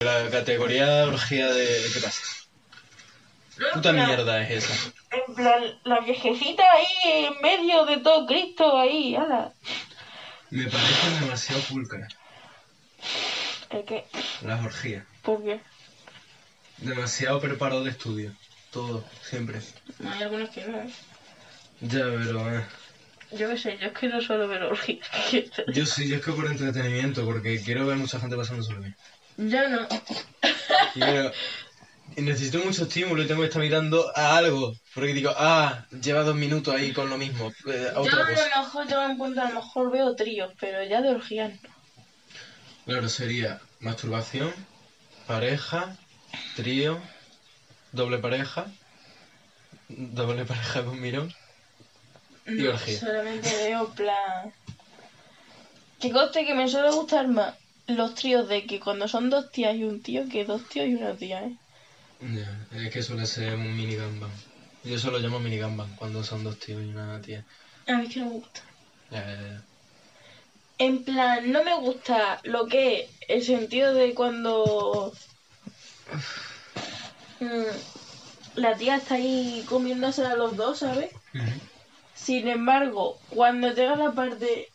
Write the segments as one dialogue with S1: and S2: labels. S1: La categoría orgía de, de qué pasa. Puta mierda es esa.
S2: En plan, la viejecita ahí en medio de todo Cristo, ahí, ala.
S1: Me parecen demasiado pulcras
S2: ¿El qué?
S1: las orgías.
S2: ¿Por qué?
S1: Demasiado preparado de estudio. Todo, siempre.
S2: Hay algunos que no. ¿eh?
S1: Ya, pero... eh,
S2: Yo qué sé, yo es que no suelo ver orgías.
S1: Yo sí, yo es que por entretenimiento, porque quiero ver mucha gente pasando solo bien.
S2: yo no.
S1: Quiero... y Necesito mucho estímulo y tengo que estar mirando a algo. Porque digo, ah, lleva dos minutos ahí con lo mismo. eh, a
S2: yo
S1: otra cosa.
S2: a lo mejor yo me encuentro, a lo mejor veo tríos, pero ya de orgías no.
S1: Claro, sería masturbación, pareja, trío, doble pareja, doble pareja con mirón. Y
S2: No,
S1: orgía.
S2: Solamente veo en plan. Que coste que me suele gustar más los tríos de que cuando son dos tías y un tío que dos tíos y una tía, ¿eh?
S1: Ya, es que suele ser un mini gangbang. Yo solo llamo mini gangbang cuando son dos tíos y una tía.
S2: A mí es que no me gusta.
S1: Ya, ya, ya.
S2: En plan, no me gusta lo que es el sentido de cuando. mm, La tía está ahí comiéndose a los dos, ¿sabes? Sin embargo, cuando llega la parte.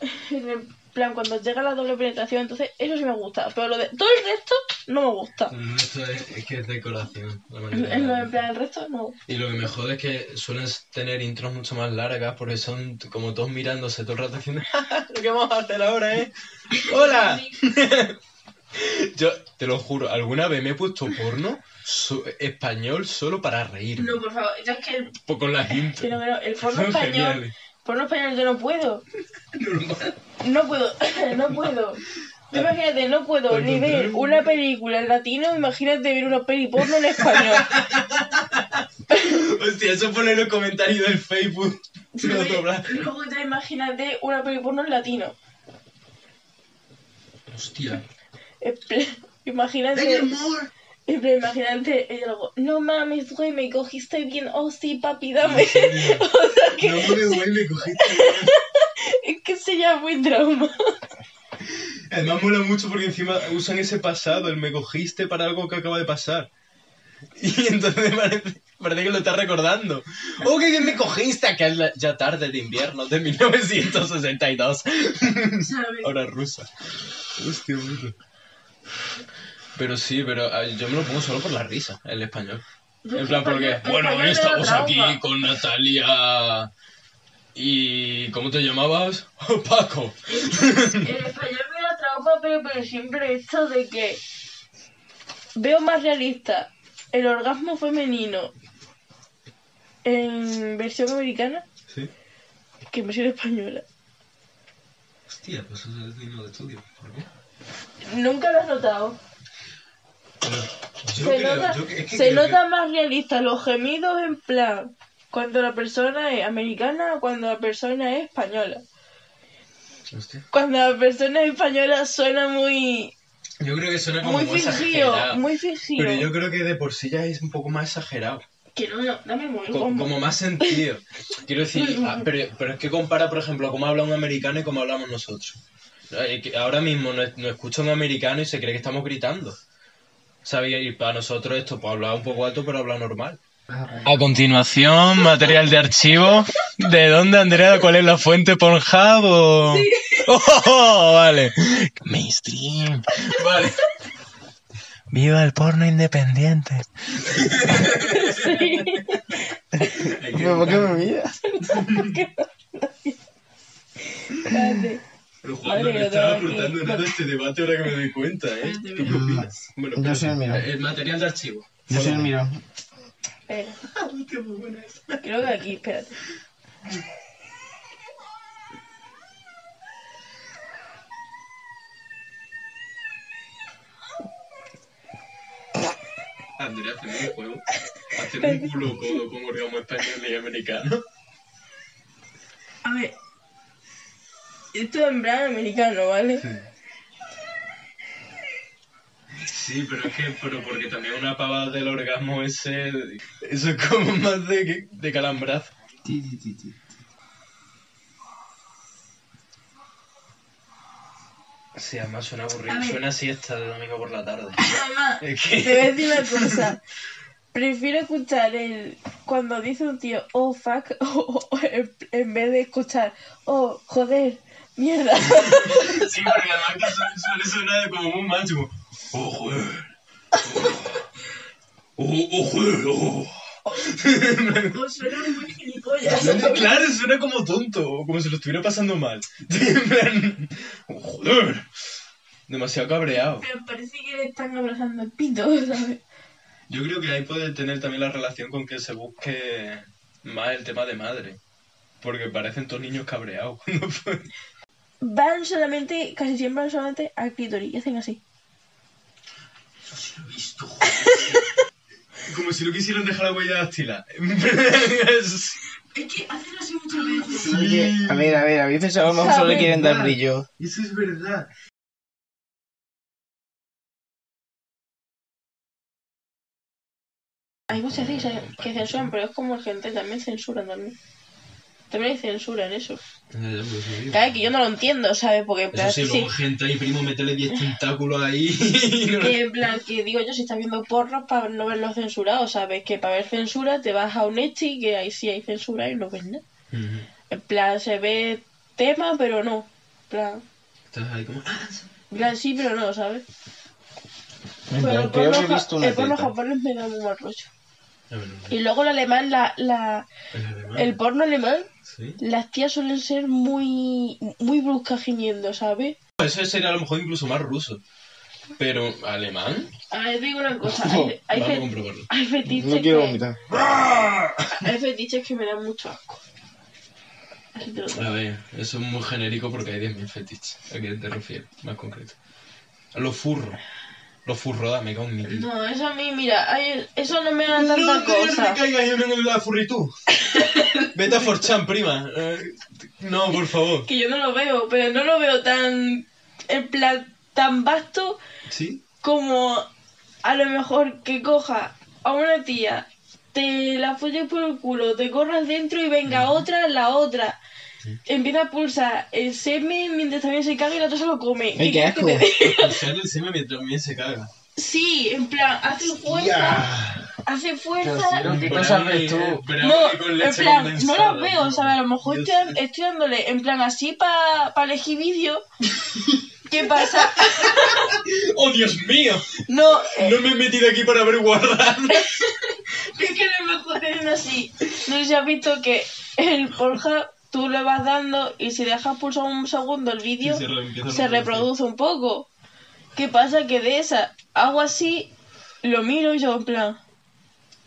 S2: En el plan, cuando llega la doble penetración, entonces eso sí me gusta. Pero lo de todo el resto no me gusta.
S1: Pero Esto es, es que es decoración. la mayoría de
S2: En, lo-
S1: las
S2: en plan, el resto no.
S1: Y lo que me jode es que suelen tener intros mucho más largas porque son t- como todos mirándose todo el rato haciendo "Ja, ja, lo que vamos a hacer ahora, ¿eh? ¡Hola! Yo te lo juro, alguna vez me he puesto porno so- español solo para reírme.
S2: No, por favor, yo es que el,
S1: Po- Con las
S2: que no,
S1: intros.
S2: no, el porno
S1: Son
S2: español,
S1: geniales.
S2: porno español yo Pues no puedo. No puedo, no puedo. Tú imagínate, no puedo
S1: Cuando
S2: ni ver
S1: entré-
S2: una película en latino, imagínate ver una peli porno en español.
S1: Hostia, eso pone en los comentarios del Facebook. Lo dobla.
S2: Luego ya imagínate una peli porno en latino.
S1: Hostia.
S2: En plan, Imagínate, en plan, imagínate, ella luego, no mames, güey, me cogiste bien, oh sí, papi, dame. O sea, que,
S1: No me duele, cogiste.
S2: es que se llama muy trauma.
S1: Además mola mucho porque encima usan ese pasado, el me cogiste para algo que acaba de pasar. Y entonces parece, parece que lo está recordando. ¡Oh, que bien me cogiste! Acá es la- ya tarde de invierno de 1962.
S2: ¿Sabes?
S1: Ahora rusa. Hostia, puta. Pero sí, pero ah, yo me lo pongo solo por la risa, el español. En plan, porque, bueno, estamos aquí con Natalia... ¿Y cómo te llamabas? Paco.
S2: El español me da trauma, pero, pero siempre esto de que veo más realista el orgasmo femenino en versión americana
S1: Sí.
S2: que en versión española.
S1: Hostia, pues eso es digno de estudio. ¿Por qué?
S2: Nunca lo has notado.
S1: Yo
S2: se
S1: creo-
S2: nota,
S1: yo- es que
S2: se
S1: creo
S2: nota más realista los gemidos en plan cuando la persona es americana o cuando la persona es española.
S1: que- Hostia.
S2: Cuando la persona es española suena muy,
S1: Yo creo que suena como
S2: muy
S1: muy
S2: fingido,
S1: exagerado.
S2: muy fingido.
S1: Pero yo creo que de por sí ya es un poco más exagerado.
S2: Que no, no, dame el móvil,
S1: Co-
S2: Juanma.
S1: como más sentido. Quiero decir, ah, pero, pero es que compara, por ejemplo, cómo habla un americano y cómo hablamos nosotros. Eh, que Ahora mismo no, es- no escucha un americano y se cree que estamos gritando. ¿Sabes? Y para nosotros esto, pues hablar un poco alto, pero hablar normal. A continuación, material de archivo. ¿De dónde, Andrea? ¿Cuál es la fuente? ¿Pornhub o...? ¡Oh, vale! Mainstream. Vale. ¡Viva el porno independiente!
S3: ¿Por qué me miras?
S2: Espérate.
S1: Pero Juan,
S2: Madre,
S1: no me
S2: yo
S1: estaba
S2: tengo aquí-
S1: aportando nada a este debate ahora que me doy cuenta, ¿eh?
S2: Espérate,
S1: ¿Tú qué
S3: mira.
S1: opinas? Bueno,
S3: Yo
S1: espérate.
S3: soy el miro.
S1: El material de archivo.
S3: Yo soy el miro.
S2: Espera,
S1: Hostia, muy buena esa.
S2: creo que aquí, espérate.
S1: Andrea, hacer un juego. Hacer un culo codo con orgasmo español y americano.
S2: A ver. Esto en plan americano, ¿vale?
S1: Sí, pero es que, pero porque también una pava del orgasmo ese. Eso es como más de, de calambrazo.
S3: Ti, ti, ti, ti.
S1: Sí, además suena
S2: A
S1: aburrido.
S2: ver.
S1: Suena siesta de domingo por la tarde.
S2: Mamá,
S1: Es
S2: te voy a
S1: que...
S2: decir una cosa. Prefiero escuchar el cuando dice un tío, oh fuck, o- o- en- en vez de escuchar, oh joder, mierda.
S1: Sí, porque además que su- suele sonar como un macho. como, ¡Oh, joder! ¡Oh, oh, joder! oh".
S2: O suena muy gilipollas.
S1: Claro, suena como tonto, o como si lo estuviera pasando mal. En plan, "Oh, ¡Joder! Demasiado cabreado.
S2: Pero parece que le están abrazando el pito, ¿sabes?
S1: Yo creo que ahí puede tener también la relación con que se busque más el tema de madre. Porque parecen todos niños cabreados. cuando fue-
S2: Van solamente, casi siempre van solamente a clítoris y hacen así.
S1: Eso sí lo he visto, joder. Como si no quisieran dejar la huella dactilar.
S2: Es que hacen así muchas veces.
S1: Sí.
S3: A ver, a ver, a veces a lo mejor solo le quieren dar brillo.
S1: Eso es verdad.
S2: Hay muchas veces que censuran, pero es como gente también censuran también. También hay censura en eso. Claro, que yo no lo entiendo, ¿sabes? Porque en plan,
S1: Eso sí,
S2: sí,
S1: luego gente ahí, primo, métele 10 tentáculos ahí. y no-
S2: que en plan, que digo yo, si estás viendo porros para no verlos censurados, ¿sabes? Que para ver censura te vas a un esti que ahí sí hay censura y no ves nada.
S1: Ujú.
S2: En plan, se ve tema, pero no. En plan,
S1: Estás ahí como... "Ah, sí".
S2: en plan sí, pero no, ¿sabes? Pero
S3: Pero
S2: el
S3: creo
S2: porno,
S3: que he
S2: ja-
S3: visto
S2: el
S3: una
S2: porno
S3: teta.
S2: japonés me da muy mal rollo.
S1: A ver, no,
S2: Y luego el alemán, la, la,
S1: el alemán,
S2: el porno alemán,
S1: ¿sí?
S2: las tías suelen ser muy, muy bruscas gimiendo, ¿sabes?
S1: Eso sería a lo mejor incluso más ruso. Pero, ¿alemán?
S2: A ver, digo una cosa, hay, hay,
S1: Vamos a
S2: fe-
S1: comprobarlo.
S2: hay fetiches
S3: No quiero
S2: que-
S3: vomitar.
S2: Hay fetiches que me dan mucho asco. Así te lo digo.
S1: A ver, eso es muy genérico porque hay 10.000 fetiches. ¿A qué te refieres? Más concreto. Los furros. Los furros, dame con mi vida.
S2: No, eso a mí, mira, ay, eso no me da tanta cosa.
S1: caigas en la furritud. Vete a Forchan, prima. Eh, No, por favor.
S2: Que yo no lo veo, pero no lo veo tan. En plan, tan vasto
S1: ¿Sí?
S2: como a lo mejor que coja a una tía, te la folles por el culo, te corras dentro y venga otra, la otra. Empieza a pulsar el semen mientras también se caga y la otra se lo come.
S3: Ay, qué
S2: quieres que
S3: asco.
S2: te diga?
S1: Pulsar encima mientras también se caga.
S2: Sí, en plan, hace fuerza, hace fuerza
S3: Pero
S1: Brownie,
S3: ¿Qué cosas ves tú?
S1: eh, brownie
S2: No,
S1: con
S2: en
S1: leche
S2: plan, no
S1: condensada,
S2: las veo,
S1: tío.
S2: ¿sabes? A lo mejor
S1: Dios.
S2: estoy, estoy dándole en plan así para pa elegir vídeo. ¿Qué pasa?
S1: ¡Oh, Dios mío!
S2: No, eh,
S1: No me he metido aquí para ver guardar.
S2: es que no me joden así. No sé si has visto que el porja tú le vas dando y si dejas pulsar un segundo el
S1: Y
S2: vídeo,
S1: se re- empieza a
S2: se
S1: reproducir.
S2: reproduce un poco. ¿Qué pasa? Que de esa hago así, lo miro y yo en plan,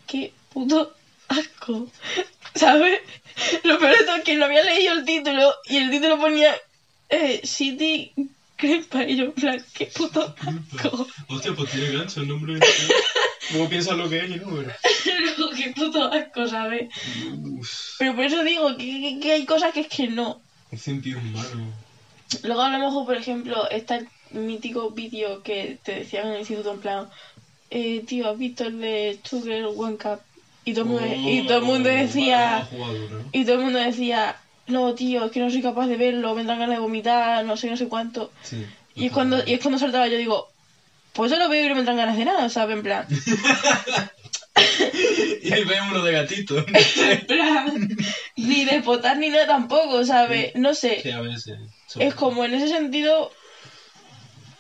S2: qué puto asco. ¿Sabes? Lo peor de todo es que no había leído el título y el título ponía eh, City Crepa y yo en plan, qué puto asco.
S1: Hostia, pues tiene gancho el nombre. este Luego piensa lo que es y no, pero...
S2: No, qué puto asco, ¿sabes?
S1: Uff,
S2: Pero por eso digo que, que- que hay cosas que es que no.
S1: un sentido humano.
S2: Luego a lo mejor, por ejemplo, está el mítico vídeo que te decían en el instituto en plan, eh, tío, ¿has visto el de Sugar One Cup? Y todo, el mundo-
S1: Oh,
S2: y todo el mundo decía, y todo el mundo decía, no, tío, es que no soy capaz de verlo, me dan ganas de vomitar, no sé, no sé cuánto. Y es cuando, y es cuando saltaba yo digo, pues yo lo veo y no me dan ganas de nada, ¿sabes? En plan,
S1: Y ahí vemos uno de gatito.
S2: en plan, ni de potar ni nada tampoco, ¿sabes? No sé.
S1: Sí, a veces.
S2: Es como en ese sentido.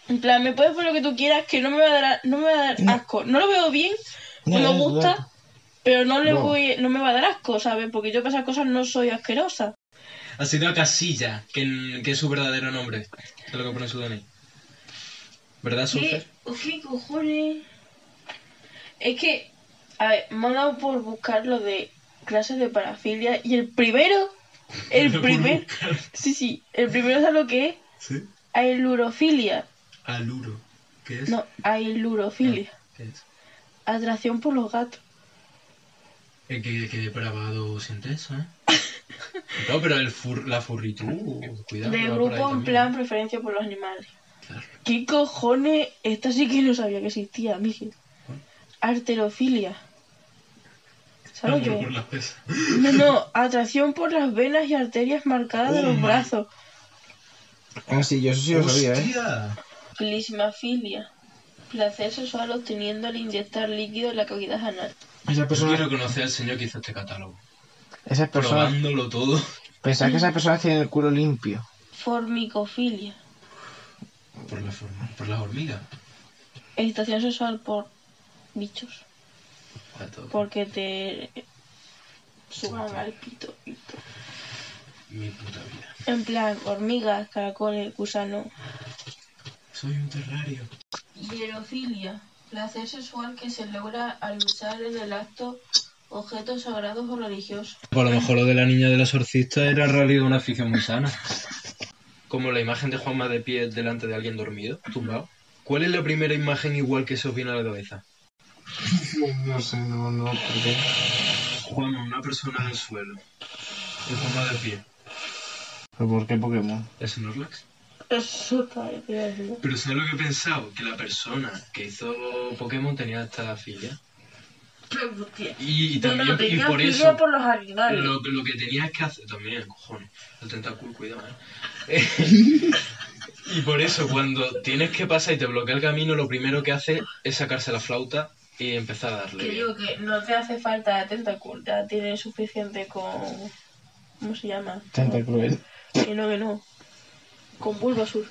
S2: En plan, me puedes poner lo que tú quieras, que no me va a dar, no me va a dar asco. No lo veo bien, no,
S3: No,
S2: me
S3: no,
S2: gusta,
S3: no.
S2: pero no, le
S3: No.
S2: voy, no me va a dar asco, ¿sabes? Porque yo para esas cosas no soy asquerosa.
S1: Ha sido a Casilla, que, en- que es su verdadero nombre. Es lo que pone su Dani. ¿Verdad, Surfer?
S2: ¿Qué cojones? Es que, a ver, me han dado por buscar lo de clases de parafilia y el primero, el primer, sí, sí, el primero es lo que es
S1: ¿Sí?
S2: ailurofilia.
S1: Aluro. ¿Qué es?
S2: No, ailurofilia.
S1: ¿Qué es?
S2: Atracción por los gatos.
S1: Eh, que, que depravado siente eso, ¿eh? No, pero el fur, la furritud, cuidado.
S2: De
S1: que va por ahí
S2: grupo en
S1: también.
S2: plan preferencia por los animales.
S1: Claro.
S2: ¿Qué cojones? Esta sí que no sabía que existía, Miguel.
S1: ¿Cuál?
S2: Arterofilia. ¿Sabes
S1: Amor
S2: qué?
S1: por las pesas.
S2: No, no, atracción por las venas y arterias marcadas de
S1: Oh
S2: los
S1: my.
S2: brazos.
S3: Ah, sí, yo eso sí lo sabía, ¿eh?
S4: ¡Hostia!
S2: Plismafilia. Placer sexual obteniendo al inyectar líquido en la cavidad anal.
S3: Esa
S1: Yo
S3: persona,
S1: quiero conocer al señor que hizo este catálogo.
S3: esas personas,
S1: Probándolo todo.
S3: pensaba que esas personas tienen el culo limpio.
S2: Formicofilia.
S1: Por, la forma, por las hormigas.
S2: Excitación sexual por bichos.
S1: A todo.
S2: Porque te suban al pito. y todo.
S1: Mi puta vida.
S2: En plan, hormigas, caracoles, gusanos.
S1: Soy un terrario.
S2: Hierofilia. Placer sexual que se logra al usar en el acto objetos sagrados o religiosos.
S1: Pues A lo mejor lo de la niña del exorcista era en realidad una afición muy sana. Como la imagen de Juanma de pie delante de alguien dormido, tumbado. ¿Cuál es la primera imagen igual que se os viene a la cabeza?
S3: No sé, no, no, ¿por qué?
S1: Juanma, una persona en el suelo. Y Juanma de pie.
S3: ¿Pero por qué Pokémon?
S1: ¿Es un Orlax?
S2: Eso parece
S1: Pero ¿sabes lo que he pensado? Que la persona que hizo Pokémon tenía esta filia. Y, y también, y por eso,
S2: por los animales.
S1: lo, lo que tenías que hacer también, cojones, el tentáculo, cuidado, ¿eh? y por eso, cuando tienes que pasar y te bloquea el camino, lo primero que hace es sacarse la flauta y empezar a darle.
S2: Que
S1: bien.
S2: digo que no te hace falta tentáculo, ya tienes suficiente con... ¿Cómo se llama?
S3: Tanta cruel.
S2: Que no, que no. Con Bulbasur.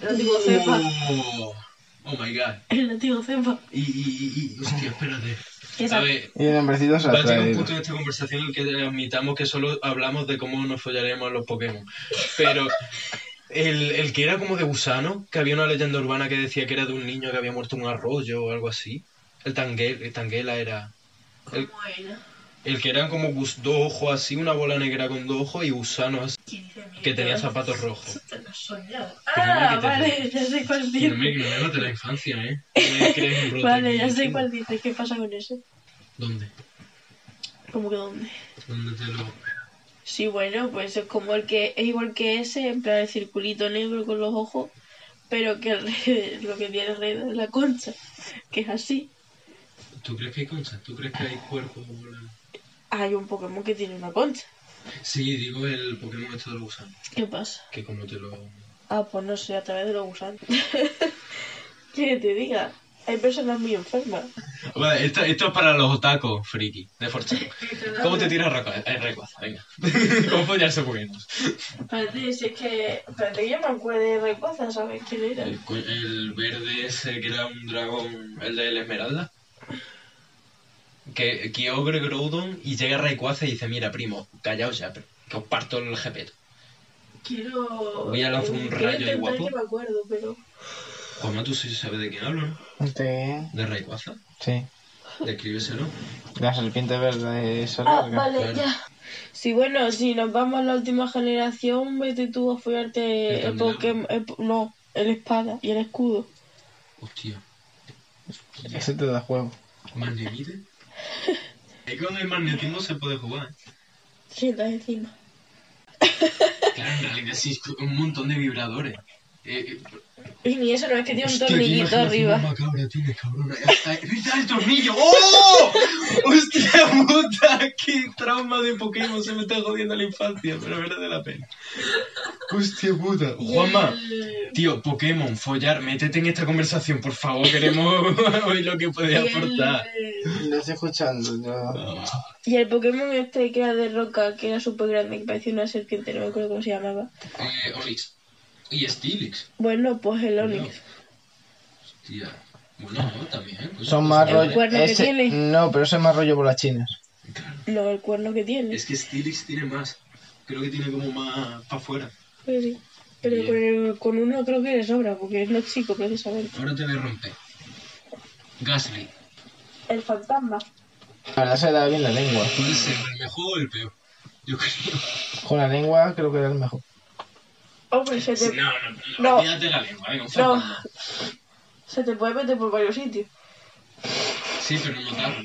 S2: El antiguo cepa.
S1: Oh, oh my god.
S2: El antiguo cepa.
S1: Y, y, y, y- hostia, espérate. A
S2: Esa-
S1: ver,
S3: Y el hombrecito se
S1: va
S3: la
S1: a llegar un
S3: trae.
S1: punto en esta conversación en el que admitamos que solo hablamos de cómo nos follaremos a los Pokémon. Pero el, el que era como de gusano, que había una leyenda urbana que decía que era de un niño que había muerto en un arroyo o algo así. El, tangue- el Tanguela era. El,
S2: ¿Cómo era?
S1: el que eran como gus- dos ojos así, una bola negra con dos ojos y gusanos
S2: ¿Quién dice mierda?
S1: que tenía zapatos rojos.
S2: Te lo has soñado.
S1: Que no me
S2: Ah,
S1: quites
S2: vale, ya sé cuál
S1: Que no
S2: dice.
S1: me ignoraron de la infancia, ¿eh? Me crees un rote.
S2: Vale, ya sé cuál dice. ¿Qué pasa con ese?
S1: ¿Dónde?
S2: ¿Cómo que dónde?
S1: ¿Dónde te lo...?
S2: Sí, bueno, pues es como el que es igual que ese, en plan el circulito negro con los ojos, pero que alrededor- lo que tiene alrededor es la concha, que es así.
S1: ¿Tú crees que hay conchas? ¿Tú crees que hay cuerpo? volando?
S2: Hay un Pokémon que tiene una concha.
S1: Sí, digo el Pokémon este de los gusanos.
S2: ¿Qué pasa?
S1: Que como te lo...
S2: Ah, pues no sé, a través de los gusanos. ¿Qué te diga? Hay personas muy enfermas.
S1: Vale, esto, esto es para los otacos, friki, de Forchan. ¿Cómo te tiras recua- eh, recuaza? Venga. ¿Cómo follarse buenos?
S2: Espérate, si es que... Espérate, que yo me acuerdo de Rayquaza, ¿sabes quién era?
S1: El, cu- el verde ese que era un dragón, el de la esmeralda. Que Kyogre Groudon y llega Rayquaza y dice, mira, primo, callaos ya, pero que os parto el jepeto.
S2: Quiero...
S1: Voy a lanzar un
S2: quiero
S1: rayo ahí
S2: intentar
S1: guapo.
S2: que me acuerdo, pero...
S1: Juanma, tú sí sabes de quién hablo, ¿no?
S3: Sí,
S1: De Rayquaza.
S3: Este, sí.
S1: Descríbeselo.
S3: La serpiente verde esa
S2: Ah,
S3: larga.
S2: vale,
S1: Claro.
S2: ya. Sí, bueno, si nos vamos a la última generación, vete tú a follarte
S1: El
S2: el Pokémon. el po- no, el espada y el escudo.
S1: Hostia.
S3: Ese te da juego.
S1: ¿Magnemite? Es que con el magnetismo se puede jugar, ¿eh?
S2: Sientas encima.
S1: Claro, en realidad sí, un montón de vibradores. Eh, eh,
S2: Y ni eso no es que tiene un
S1: hostia, qué
S2: tornillito
S1: imaginación
S2: arriba.
S1: más macabra tienes, cabrón. Hasta- ¡Mira el tornillo! ¡Oh! ¡Hostia puta! ¡Qué trauma de Pokémon! Se me está jodiendo la infancia, pero merece la pena. ¡Hostia puta! Juanma,
S2: Y
S1: tío, Pokémon, follar, métete en esta conversación, por favor. Queremos oír lo que puedes
S2: el,
S1: aportar.
S3: Lo estoy escuchando, yo.
S1: Ah,
S2: y el Pokémon este que era de roca, que era súper grande, que parecía una serpiente, no me acuerdo cómo se llamaba.
S1: eh, Onix. Y Steelix.
S2: Bueno, pues el Onix.
S1: Hostia. Bueno, no, también. coño. pues
S3: Son más
S2: El
S3: rollo.
S2: cuerno que
S3: ese-
S2: tiene.
S3: No, pero ese es más rollo por las chinas.
S2: No, el cuerno que tiene.
S1: Es que Steelix tiene más. Creo que tiene como más para afuera.
S2: Pues sí. Pero con, el- con uno creo que le sobra, porque es no es chico precisamente.
S1: Ahora te voy a romper. Gasly.
S2: El fantasma.
S3: La verdad se le da bien la lengua.
S1: Puede ser el mejor o el peor. Yo creo.
S3: Con la lengua creo que era el mejor.
S2: Hombre, se te,
S1: No, no,
S2: No.
S1: no. Olvídate la lengua. Venga, un
S2: No.
S1: fantasma.
S2: se te puede meter por varios sitios.
S1: Sí, pero no notarlo.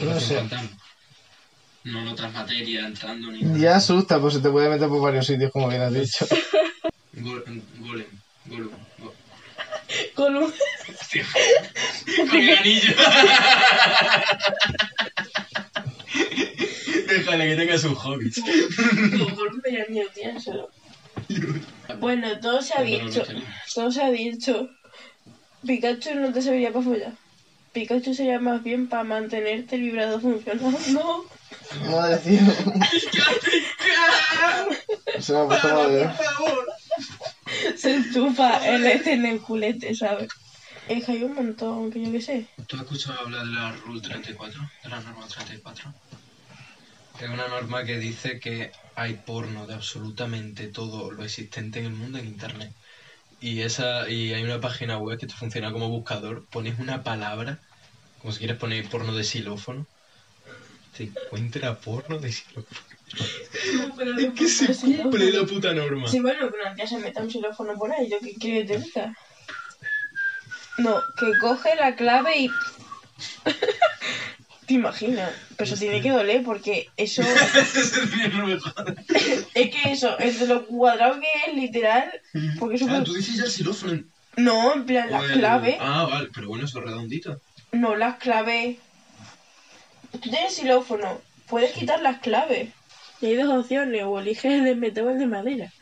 S3: No
S1: Es un
S3: sé.
S1: fantasma. No en otras materias entrando ni nada.
S3: Ya asusta, pues se te puede meter por varios sitios, como bien has dicho.
S1: Go- golem. Golem. Go-
S2: Con un...
S1: Hostia. Con el anillo. Déjale que tenga sus hobbies.
S2: Con un medio mío, piénsalo. Bueno, todo se ha dicho. Todo se ha dicho. Pikachu no te serviría para follar. Pikachu sería más bien para mantenerte el vibrador funcionando.
S3: Madre tío. Se me ha puesto mal.
S2: Se enchufa el este en el culete, ¿sabes? Es que hay un montón, que yo qué sé.
S1: ¿Tú has escuchado hablar de la Rule 34? De la norma 34. Que es una norma que dice que hay porno de absolutamente todo lo existente en el mundo en internet. Y esa y hay una página web que te funciona como buscador. Pones una palabra, como si quieres poner porno de xilófono. Te encuentra porno de xilófono. Es que se cumple la puta norma.
S2: Sí, bueno, pero ya se mete un xilófono por ahí, yo qué quiero que te diga. No, que coge la clave y. ¿Te imaginas? Pero eso tiene que doler porque eso.
S1: Ah,
S2: Es que eso, es de lo cuadrado que es, literal. Porque eso.
S1: Ah, tú dices ya el xilófono.
S2: No, en plan, las
S1: O el-
S2: claves.
S1: Ah, vale, pero bueno, eso es redondito.
S2: No, las claves. Tú tienes xilófono, puedes quitar las claves. Y hay dos opciones, o eliges el de metal o el de madera.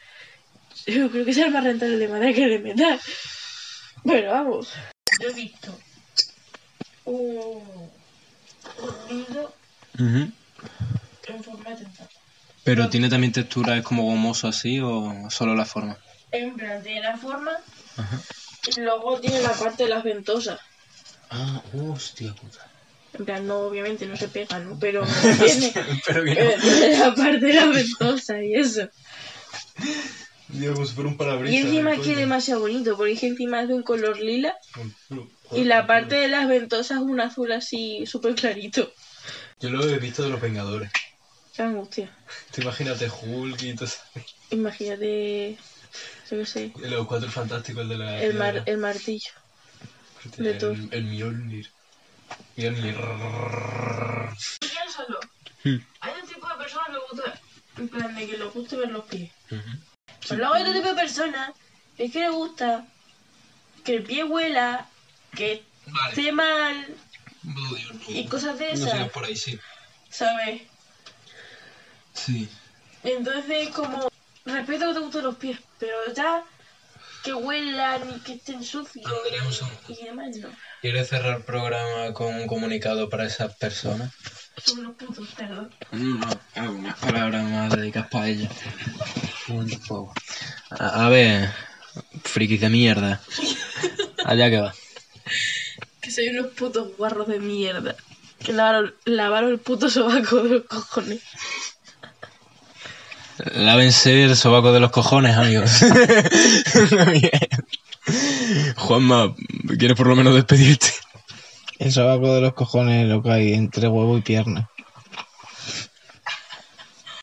S2: Yo creo que es el más rentable el de madera que el de metal. Pero vamos.
S4: Yo he visto un, un dildo en forma de tentáculo.
S1: Pero tiene también textura, es como gomoso así o solo la forma.
S4: En plan, tiene la forma
S2: Luego tiene la parte de las ventosas.
S1: Ah, hostia puta.
S2: En plan, no, obviamente no se pega, ¿no? Pero tiene,
S1: Pero que
S2: eh, tiene la parte de las ventosas y eso.
S1: no. Dios, como si fuera un parabrisas.
S2: Y encima es
S1: coño.
S2: que es demasiado bonito, porque es que encima es de un color lila y la parte de las ventosas es un azul así súper clarito.
S1: Yo lo he visto de los Vengadores.
S2: Qué angustia.
S1: Tú imagínate Hulk y todo eso.
S2: Imagínate, yo qué sé,
S1: Los cuatro fantásticos el de la.
S2: el,
S1: piedra.
S2: mar, el martillo.
S1: Hostia,
S2: de todo.
S1: El, el Mjolnir. Mjolnir.
S2: Piénsalo.
S1: Hmm.
S2: Hay un tipo de personas que le gusta, en plan de que les gusta ver los pies.
S1: Ujú.
S2: Pero luego hay otro tipo de personas que es que le gusta que el pie huela, que
S1: Vale.
S2: esté mal
S1: Oh, Dios, no.
S2: y cosas de
S1: No sigas
S2: esas,
S1: por ahí, sí.
S2: ¿sabes?
S1: Sí.
S2: Entonces, como, respeto que te gusten los pies, pero ya que huelan y que estén sucios
S1: Andrea, un segundo.
S2: y demás, no.
S1: ¿Quieres cerrar el programa con un comunicado para esas personas?
S2: Son unos putos, perdón.
S1: No, algunas palabras más dedicadas para ella. A, a ver, frikis de mierda. Allá que va.
S2: Que soy unos putos guarros de mierda. Que lavaron, lavaron el puto sobaco de los cojones.
S1: Lávense el sobaco de los cojones, amigos. Juanma, ¿quieres por lo menos despedirte?
S3: El sobaco de los cojones, lo que hay entre huevo y pierna.